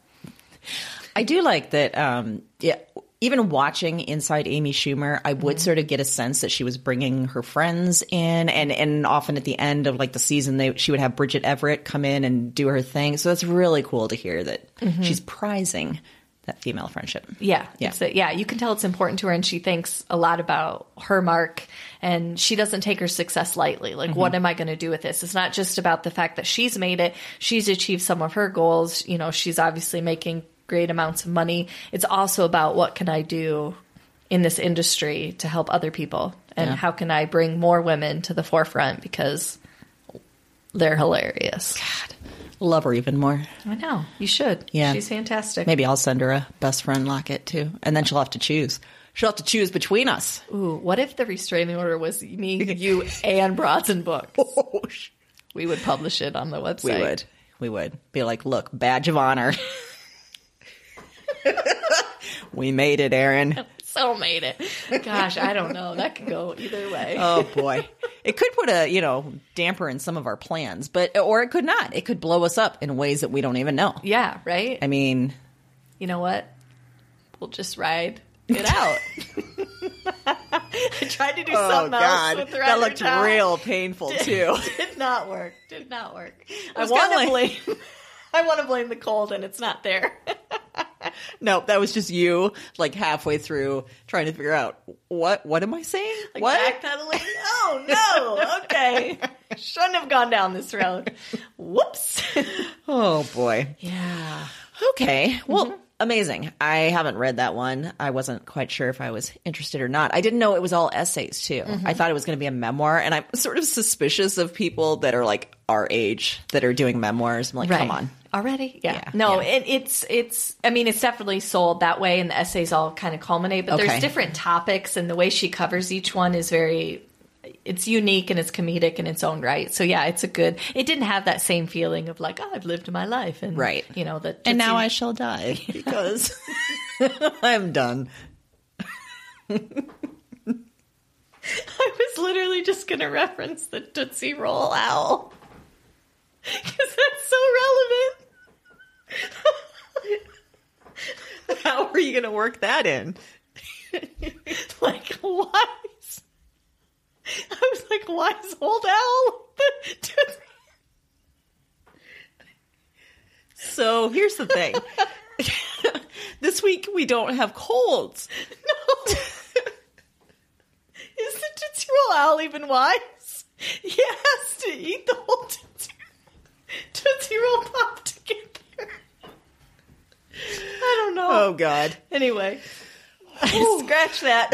Speaker 2: I do like that. Um, yeah, even watching inside Amy Schumer, I would sort of get a sense that she was bringing her friends in, and and often at the end of like the season, they she would have Bridget Everett come in and do her thing. So that's really cool to hear that she's prizing that female friendship.
Speaker 3: Yeah,
Speaker 2: Yeah.
Speaker 3: It's a- yeah. You can tell it's important to her, and she thinks a lot about her mark, and she doesn't take her success lightly. Like, what am I going to do with this? It's not just about the fact that she's made it; she's achieved some of her goals. You know, she's obviously making great amounts of money. It's also about what can I do in this industry to help other people, and how can I bring more women to the forefront because they're hilarious.
Speaker 2: Love her even more.
Speaker 3: I know you should.
Speaker 2: Yeah.
Speaker 3: she's fantastic.
Speaker 2: Maybe I'll send her a best friend locket too, and then she'll have to choose. She'll have to choose between us.
Speaker 3: Ooh, what if the restraining order was me, you, and Bronson book? We would publish it on the website.
Speaker 2: We would.
Speaker 3: [LAUGHS]
Speaker 2: We would be like, look, badge of honor.
Speaker 4: We made it,
Speaker 3: [LAUGHS]
Speaker 4: Aaron.
Speaker 3: So made it. Gosh, I don't know. That could go either way.
Speaker 2: Oh boy. It could put a, you know, damper in some of our plans, but or it could not. It could blow us up in ways that we don't even know.
Speaker 3: yeah, right?
Speaker 2: I mean,
Speaker 3: you know what? We'll just ride it
Speaker 2: [LAUGHS]
Speaker 3: out. [LAUGHS] I tried to do
Speaker 2: Oh,
Speaker 3: something else with
Speaker 4: that looked
Speaker 3: down. [LAUGHS]
Speaker 4: real painful too.
Speaker 3: Did not work. Did not work. I
Speaker 2: was
Speaker 3: want to
Speaker 2: kinda
Speaker 3: blame. [LAUGHS] I want to blame the cold, and it's not there. [LAUGHS]
Speaker 2: no, that was just you like halfway through trying to figure out what what am I saying?
Speaker 3: Like
Speaker 2: what?
Speaker 3: Backpedaling. Oh no. Okay. Shouldn't have gone down this road. Whoops.
Speaker 2: Oh boy.
Speaker 3: yeah.
Speaker 2: Okay. Well, amazing. I haven't read that one. I wasn't quite sure if I was interested or not. I didn't know it was all essays too. I thought it was going to be a memoir, and I'm sort of suspicious of people that are like our age that are doing memoirs. I'm like, come on.
Speaker 3: already yeah,
Speaker 2: Yeah.
Speaker 3: no It, it's it's i mean it's definitely sold that way and the essays all kind of culminate but
Speaker 2: Okay.
Speaker 3: there's different topics and the way she covers each one is very it's unique and it's comedic in its own right so yeah it's a good it didn't have that same feeling of like oh, i've lived my life and
Speaker 2: Right.
Speaker 3: you know the
Speaker 2: And now I
Speaker 3: [LAUGHS]
Speaker 2: shall die because [LAUGHS] I'm done.
Speaker 3: I was literally just going to reference the Tootsie Roll owl. [LAUGHS] Because that's so relevant. [LAUGHS] How are you going to work that in? [LAUGHS] like, why? Is, I was like, why is old owl [LAUGHS] the Tootsie
Speaker 2: So here's the [LAUGHS] thing. this week we don't have colds.
Speaker 3: [LAUGHS] No. is the Tootsie Roll owl even wise? He has to eat the whole Tootsie, Tootsie Roll pop to get there. I don't know.
Speaker 2: Oh God.
Speaker 3: Anyway, [LAUGHS] scratch
Speaker 2: [LAUGHS]
Speaker 3: that.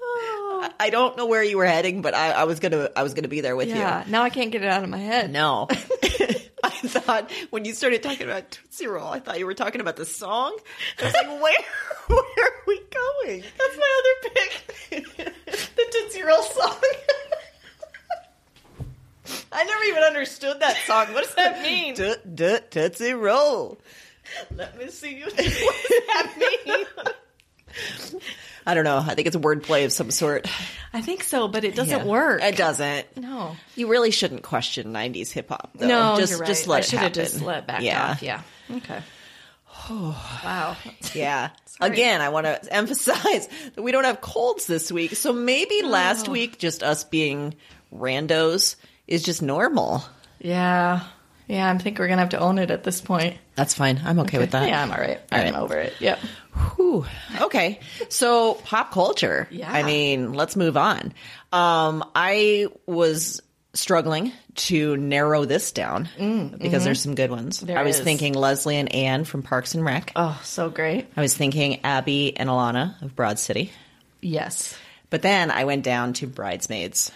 Speaker 3: Oh.
Speaker 2: I- I don't know where you were heading, but I, I was gonna I was gonna be there with you.
Speaker 3: Yeah, now I can't get it out of my head.
Speaker 2: No.
Speaker 3: [LAUGHS]
Speaker 2: I thought when you started talking about Tootsie Roll, I thought you were talking about the song. I
Speaker 3: [LAUGHS]
Speaker 2: was like, where, where are we going?
Speaker 3: That's my other pick. [LAUGHS] the Tootsie Roll song. [LAUGHS] I never even understood that song. What does that mean?
Speaker 2: Toot, toot, Tootsie Roll.
Speaker 3: Let me see you. What does that mean?
Speaker 2: I don't know. I think it's a wordplay of some sort.
Speaker 3: I think so, but it doesn't
Speaker 2: Yeah.
Speaker 3: work.
Speaker 2: It doesn't.
Speaker 3: no.
Speaker 2: You really shouldn't question '90s hip hop. though.
Speaker 3: No,
Speaker 2: just
Speaker 3: you're right.
Speaker 2: just let
Speaker 3: I
Speaker 2: it
Speaker 3: should have
Speaker 2: happen.
Speaker 3: just let back
Speaker 2: yeah.
Speaker 3: off. Yeah. Okay. [SIGHS] wow. [LAUGHS]
Speaker 2: Yeah. Again, I want to [LAUGHS] emphasize that we don't have colds this week. So maybe last week, just us being randos is just normal.
Speaker 3: Yeah. Yeah, I think we're going to have to own it at this point.
Speaker 2: That's fine. I'm okay, with that.
Speaker 3: Yeah, I'm all right.
Speaker 2: All
Speaker 3: I'm
Speaker 2: right.
Speaker 3: over it. Yep.
Speaker 2: Whew. Okay. So pop culture.
Speaker 3: Yeah.
Speaker 2: I mean, let's move on. Um, I was struggling to narrow this down because there's some good ones. I was
Speaker 3: Mm, mm-hmm. is.
Speaker 2: thinking Leslie and Anne from Parks and Rec.
Speaker 3: Oh, so great.
Speaker 2: I was thinking Abby and Alana of Broad City.
Speaker 3: Yes.
Speaker 2: But then I went down to Bridesmaids,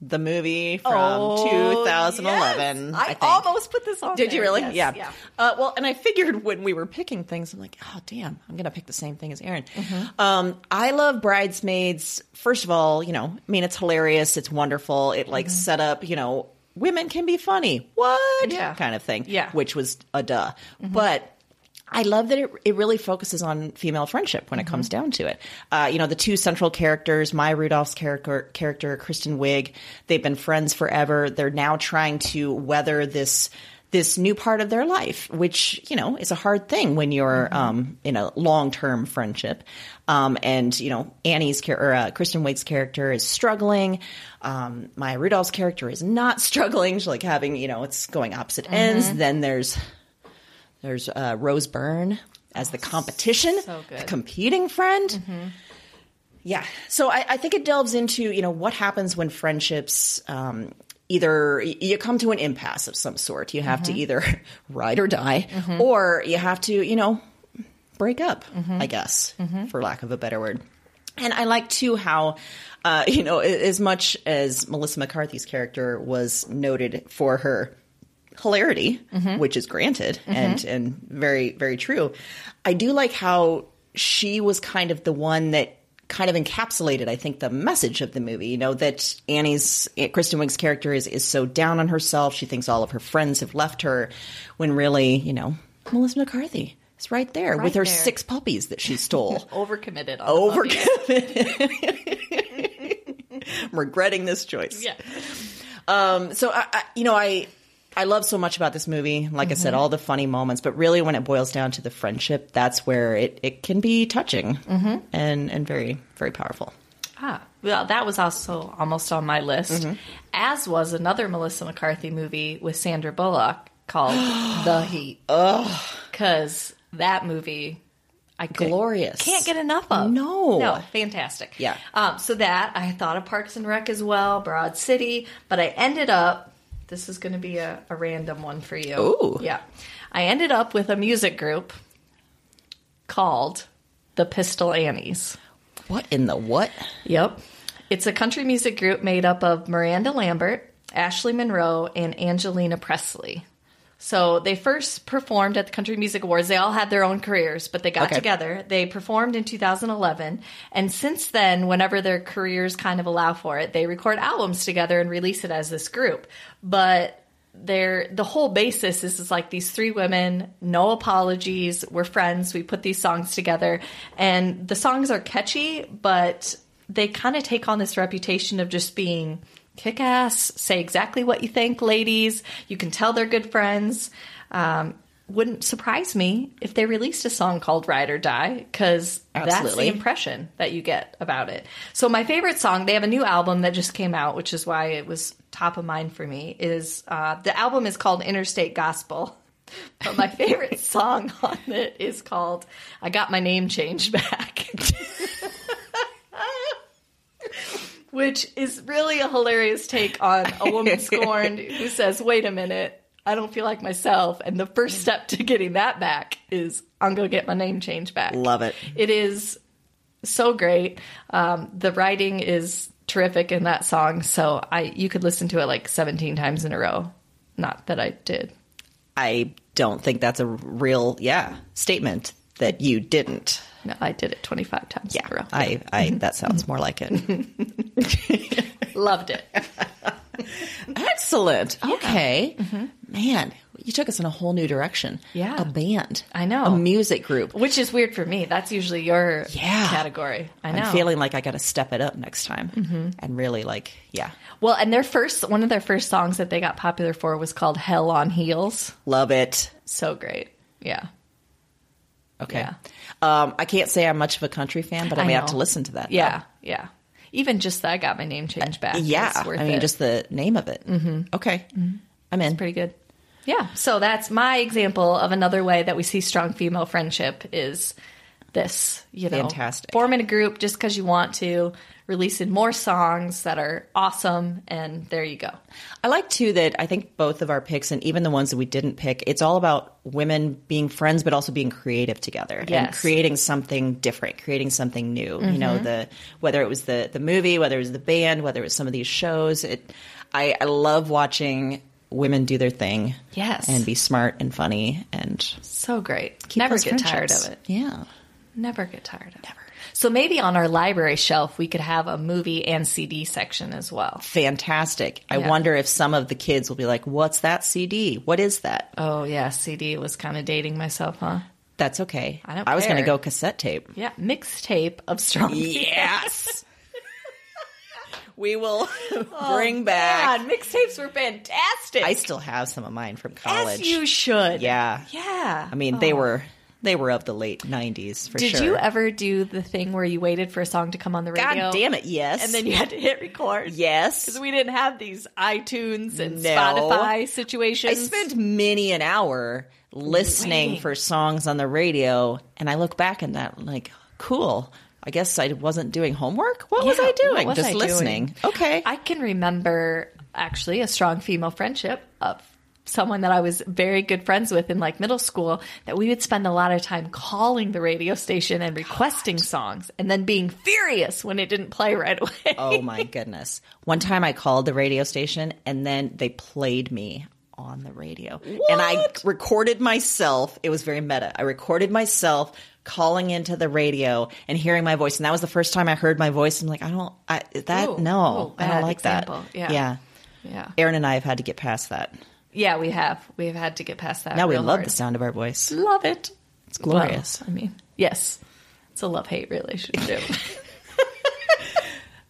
Speaker 2: the movie from
Speaker 3: Oh,
Speaker 2: 2011.
Speaker 3: yes.
Speaker 2: I,
Speaker 3: I,
Speaker 2: think.
Speaker 3: almost put this on.
Speaker 2: Did you
Speaker 3: there.
Speaker 2: really?
Speaker 3: Yes,
Speaker 2: yeah. Uh, well, and I figured when we were picking things, I'm like, oh damn, I'm gonna pick the same thing as Aaron.
Speaker 3: Mm-hmm.
Speaker 2: Um, I love Bridesmaids. First of all, you know, I mean, it's hilarious. It's wonderful. It
Speaker 3: Mm-hmm.
Speaker 2: like set up, you know, women can be funny. What?
Speaker 3: Yeah.
Speaker 2: Kind of thing.
Speaker 3: Yeah.
Speaker 2: Which was a duh, but. I love that it, it really focuses on female friendship when it comes down to it. Uh, you know, the two central characters, Maya Rudolph's character, character Kristen Wiig, they've been friends forever. They're now trying to weather this this new part of their life, which you know is a hard thing when you're
Speaker 3: Mm-hmm.
Speaker 2: um, in a long term friendship. Um, and you know, Annie's char- or, uh, Kristen Wiig's character is struggling. Um, Maya Rudolph's character is not [LAUGHS] struggling. She's like having you know, it's going opposite
Speaker 3: Mm-hmm.
Speaker 2: ends. Then there's there's uh, Rose Byrne as the competition,
Speaker 3: so good. Mm-hmm.
Speaker 2: the competing friend. Yeah. So I, I think it delves into, you know, what happens when friendships um, either y- you come to an impasse of some sort. You have to either [LAUGHS] ride or die, or you have to, you know, break up, I guess, for lack of a better word. And I like too how, uh, you know, a- as much as Melissa McCarthy's character was noted for her hilarity,
Speaker 3: Mm-hmm.
Speaker 2: which is granted and and very very true, I do like how she was kind of the one that kind of encapsulated, I think, the message of the movie. You know that Annie's eh, Kristen Wiig's character is is so down on herself. She thinks all of her friends have left her, when really, you know, Melissa McCarthy is right there with
Speaker 3: there.
Speaker 2: her six puppies that she stole.
Speaker 3: [LAUGHS] Overcommitted. On
Speaker 2: Over [LAUGHS]
Speaker 3: The puppy.
Speaker 2: I'm regretting this choice.
Speaker 3: yeah.
Speaker 2: Um, so I, I, you know, I I love so much about this movie. Like I said,
Speaker 3: Mm-hmm.
Speaker 2: all the funny moments, but really, when it boils down to the friendship, that's where it, it can be touching
Speaker 3: Mm-hmm.
Speaker 2: and and very very powerful.
Speaker 3: Ah, well, that was also almost on my list,
Speaker 2: Mm-hmm.
Speaker 3: as was another Melissa McCarthy movie with Sandra Bullock called [GASPS] The Heat. Ugh. Because that movie, I could,
Speaker 2: Glorious.
Speaker 3: can't get enough of.
Speaker 2: No.
Speaker 3: no, fantastic.
Speaker 2: Yeah.
Speaker 3: Um, so that I thought of Parks and Rec as well, Broad City, but I ended up. This is going to be a, a random one for you.
Speaker 2: Ooh.
Speaker 3: yeah. I ended up with a music group called the Pistol Annies.
Speaker 2: What in the what?
Speaker 3: Yep. It's a country music group made up of Miranda Lambert, Ashley Monroe, and Angelina Presley. So they first performed at the Country Music Awards. They all had their own careers, but they got
Speaker 2: Okay.
Speaker 3: together. They performed in 2011. And since then, whenever their careers kind of allow for it, they record albums together and release it as this group. But their the whole basis is, is like these three women, no apologies, we're friends, we put these songs together. And the songs are catchy, but they kind of take on this reputation of just being kick ass, say exactly what you think, ladies. You can tell they're good friends. Um, wouldn't surprise me if they released a song called Ride or Die because that's the
Speaker 2: Absolutely.
Speaker 3: impression that you get about it. So, my favorite song, they have a new album that just came out, which is why it was top of mind for me, is uh, the album is called Interstate Gospel. [LAUGHS] But my favorite song on it is called I Got My Name Changed Back. [LAUGHS] which is really a hilarious take on a
Speaker 2: [LAUGHS]
Speaker 3: woman scorned who says, "Wait a minute, I don't feel like myself," and the
Speaker 2: Mm.
Speaker 3: first step to getting that back is I'm gonna get my name changed back.
Speaker 2: Love it.
Speaker 3: It is so great. Um, the writing is terrific in that song, so I you could listen to it like 17 times in a row. Not that I did.
Speaker 2: I don't think that's a real yeah statement that you didn't.
Speaker 3: No, I did it 25 times in a row.
Speaker 2: I,
Speaker 3: Mm-hmm.
Speaker 2: I that sounds more like it.
Speaker 3: Loved it.
Speaker 2: Excellent. Okay. Man, you took us in a whole new direction.
Speaker 3: Mm-hmm. Yeah.
Speaker 2: A band.
Speaker 3: I know.
Speaker 2: A music
Speaker 3: [LAUGHS]
Speaker 2: group.
Speaker 3: Which is weird for me. That's usually your
Speaker 2: Yeah.
Speaker 3: category. I know. Mm-hmm.
Speaker 2: I'm feeling like I got to step it up next time and really like, yeah,
Speaker 3: Well, and their first one of their first songs that they got popular for was called Hell on Heels.
Speaker 2: love it.
Speaker 3: So great. Yeah.
Speaker 2: Okay.
Speaker 3: Yeah.
Speaker 2: Um, I can't say I'm much of a country fan, but I,
Speaker 3: I
Speaker 2: may
Speaker 3: know.
Speaker 2: have to listen to that.
Speaker 3: Yeah. Yeah. Even just that I got my name changed back.
Speaker 2: though. Yeah.
Speaker 3: It's worth
Speaker 2: I mean,
Speaker 3: it.
Speaker 2: just the name of it. Mm-hmm. Okay. I'm in.
Speaker 3: pretty good. Yeah. So that's my example of another way that we see strong female friendship is this, you know,
Speaker 2: Fantastic.
Speaker 3: forming a group just because you want to, releasing more songs that are awesome, and there you go.
Speaker 2: I like too that I think both of our picks and even the ones that we didn't pick, it's all about women being friends but also being creative together and
Speaker 3: Yes. Mm-hmm.
Speaker 2: creating something different, creating something new. You know, the whether it was the the movie, whether it was the band, whether it was some of these shows, it I, I love watching women do their thing.
Speaker 3: Yes.
Speaker 2: And be smart and funny and
Speaker 3: So great.
Speaker 2: keep
Speaker 3: Never
Speaker 2: those
Speaker 3: get tired
Speaker 2: friendships.
Speaker 3: of it.
Speaker 2: Yeah.
Speaker 3: Never get tired of Never. So maybe on our library shelf, we could have a movie and CD section as well.
Speaker 2: Fantastic. I
Speaker 3: Yeah.
Speaker 2: wonder if some of the kids will be like, What's that CD? What is that?
Speaker 3: Oh, yeah. CD was kind of dating myself, huh?
Speaker 2: That's okay.
Speaker 3: I don't
Speaker 2: was gonna
Speaker 3: care.
Speaker 2: go cassette tape.
Speaker 3: Yeah. Mixtape of strong.
Speaker 2: Yes.
Speaker 3: [LAUGHS]
Speaker 2: we will bring back.
Speaker 3: Oh, God, mixtapes were fantastic.
Speaker 2: I still have some of mine from college.
Speaker 3: Yes, you should.
Speaker 2: yeah.
Speaker 3: Yeah.
Speaker 2: I mean, they were they were of the late '90s for
Speaker 3: Did
Speaker 2: sure.
Speaker 3: you ever do the thing where you waited for a song to come on the radio?
Speaker 2: God damn it! Yes.
Speaker 3: And then you had to hit record.
Speaker 2: yes.
Speaker 3: Because we didn't have these iTunes and
Speaker 2: No.
Speaker 3: Spotify
Speaker 2: I
Speaker 3: situations.
Speaker 2: spent many an hour listening
Speaker 3: Waiting.
Speaker 2: for songs on the radio, and I look back and that like, cool. I guess I wasn't doing homework. What was
Speaker 3: Yeah,
Speaker 2: I
Speaker 3: what
Speaker 2: doing?
Speaker 3: was
Speaker 2: Just
Speaker 3: I doing?
Speaker 2: listening. Okay.
Speaker 3: I can remember actually a strong female friendship of someone that I was very good friends with in like middle school that we would spend a lot of time calling the radio station and requesting songs and then being furious when it didn't play right away.
Speaker 2: Oh my goodness. One time I called the radio station and then they played me on the radio. And I recorded myself. It was very meta. I recorded myself calling into the radio and hearing my voice. And that was the first time I heard my voice. I'm like, I don't, I, that,
Speaker 3: Ooh.
Speaker 2: no,
Speaker 3: Ooh,
Speaker 2: I
Speaker 3: bad
Speaker 2: don't like
Speaker 3: example.
Speaker 2: that.
Speaker 3: Yeah.
Speaker 2: Yeah.
Speaker 3: Yeah.
Speaker 2: Aaron and I have had to get past that.
Speaker 3: Yeah, we have. We've had to get past that.
Speaker 2: Now we
Speaker 3: real
Speaker 2: love
Speaker 3: hard.
Speaker 2: the sound of our voice.
Speaker 3: Love it.
Speaker 2: It's glorious.
Speaker 3: I mean, yes, it's a love hate relationship.
Speaker 2: [LAUGHS]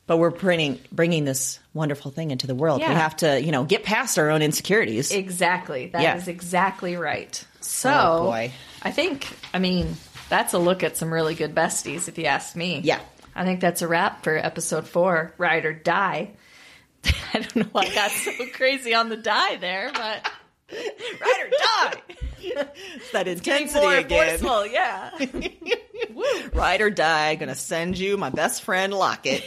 Speaker 2: But we're bringing bringing this wonderful thing into the world. We
Speaker 3: Yeah.
Speaker 2: have to, you know, get past our own insecurities.
Speaker 3: exactly. That is
Speaker 2: Yeah.
Speaker 3: exactly right. So,
Speaker 2: Oh, boy.
Speaker 3: I think, I mean, that's a look at some really good besties, if you ask me.
Speaker 2: Yeah.
Speaker 3: I think that's a wrap for episode four Ride or Die. [LAUGHS] I don't know why I got
Speaker 2: [LAUGHS]
Speaker 3: so crazy on the die there, but ride or die.
Speaker 2: It's that
Speaker 4: intensity again.
Speaker 2: [LAUGHS]
Speaker 3: Forceful, yeah.
Speaker 4: Ride or die, gonna send you my best friend
Speaker 3: [LAUGHS]
Speaker 4: Locket.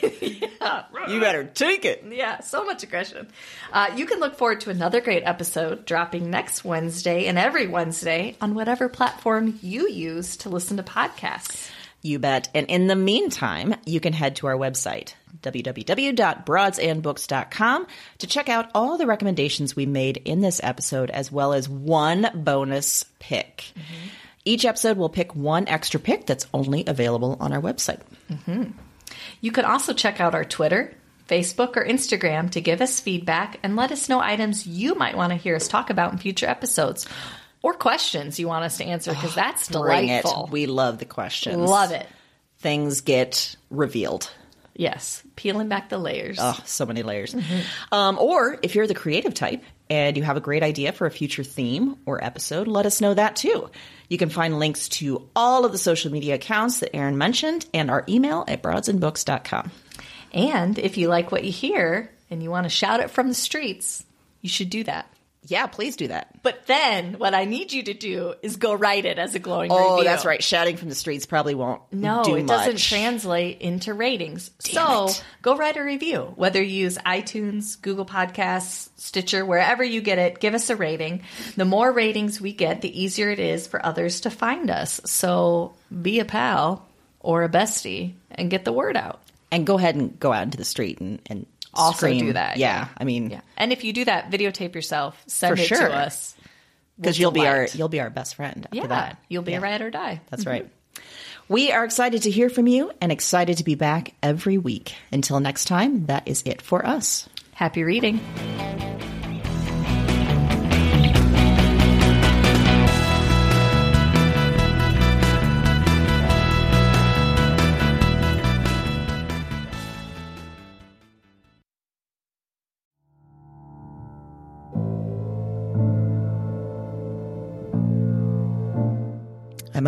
Speaker 4: You better take it.
Speaker 3: Yeah, so much aggression. Uh, you can look forward to another great episode dropping next Wednesday and every Wednesday on whatever platform you use to listen to podcasts.
Speaker 2: You bet. And in the meantime, you can head to our website, www.broadsandbooks.com, to check out all the recommendations we made in this episode, as well as one bonus pick.
Speaker 3: Mm-hmm.
Speaker 2: Each episode will pick one extra pick that's only available on our website.
Speaker 3: You can also check out our Twitter, Facebook, or Instagram to give us feedback and let us know items you might want to hear us talk about in future episodes or questions you want us to answer because that's
Speaker 2: Oh, Bring it.
Speaker 3: delightful.
Speaker 2: We love the questions.
Speaker 3: Love it.
Speaker 2: Things get revealed.
Speaker 3: Yes, peeling back the layers.
Speaker 2: Oh, so many layers.
Speaker 3: Mm-hmm.
Speaker 2: Um, or if you're the creative type and you have a great idea for a future theme or episode, let us know that too. You can find links to all of the social media accounts that Aaron mentioned and our email at broadsandbooks.com.
Speaker 3: And if you like what you hear and you want to shout it from the streets, you should do that.
Speaker 2: Yeah, please do that.
Speaker 3: But then what I need you to do is go write it as a glowing review.
Speaker 2: Oh, that's right. Shouting from the streets probably won't
Speaker 3: No,
Speaker 2: do
Speaker 3: it
Speaker 2: much.
Speaker 3: doesn't translate into ratings. so
Speaker 2: it.
Speaker 3: go write a review. Whether you use iTunes, Google Podcasts, Stitcher, wherever you get it, give us a rating. The more ratings we get, the easier it is for others to find us. So be a pal or a bestie and get the word out.
Speaker 2: and go ahead and go out into the street and, and
Speaker 3: Also
Speaker 2: scream.
Speaker 3: do that.
Speaker 2: Yeah, I mean,
Speaker 3: And if you do that, videotape yourself, send
Speaker 2: For
Speaker 3: it
Speaker 2: sure.
Speaker 3: to us.
Speaker 2: because you'll be our
Speaker 3: delight.
Speaker 2: you'll be our best friend. After
Speaker 3: Yeah,
Speaker 2: that.
Speaker 3: you'll be a ride or die.
Speaker 2: That's right. Mm-hmm. We are excited to hear from you and excited to be back every week. Until next time, that is it for us.
Speaker 3: Happy reading.
Speaker 5: I'm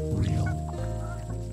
Speaker 6: real.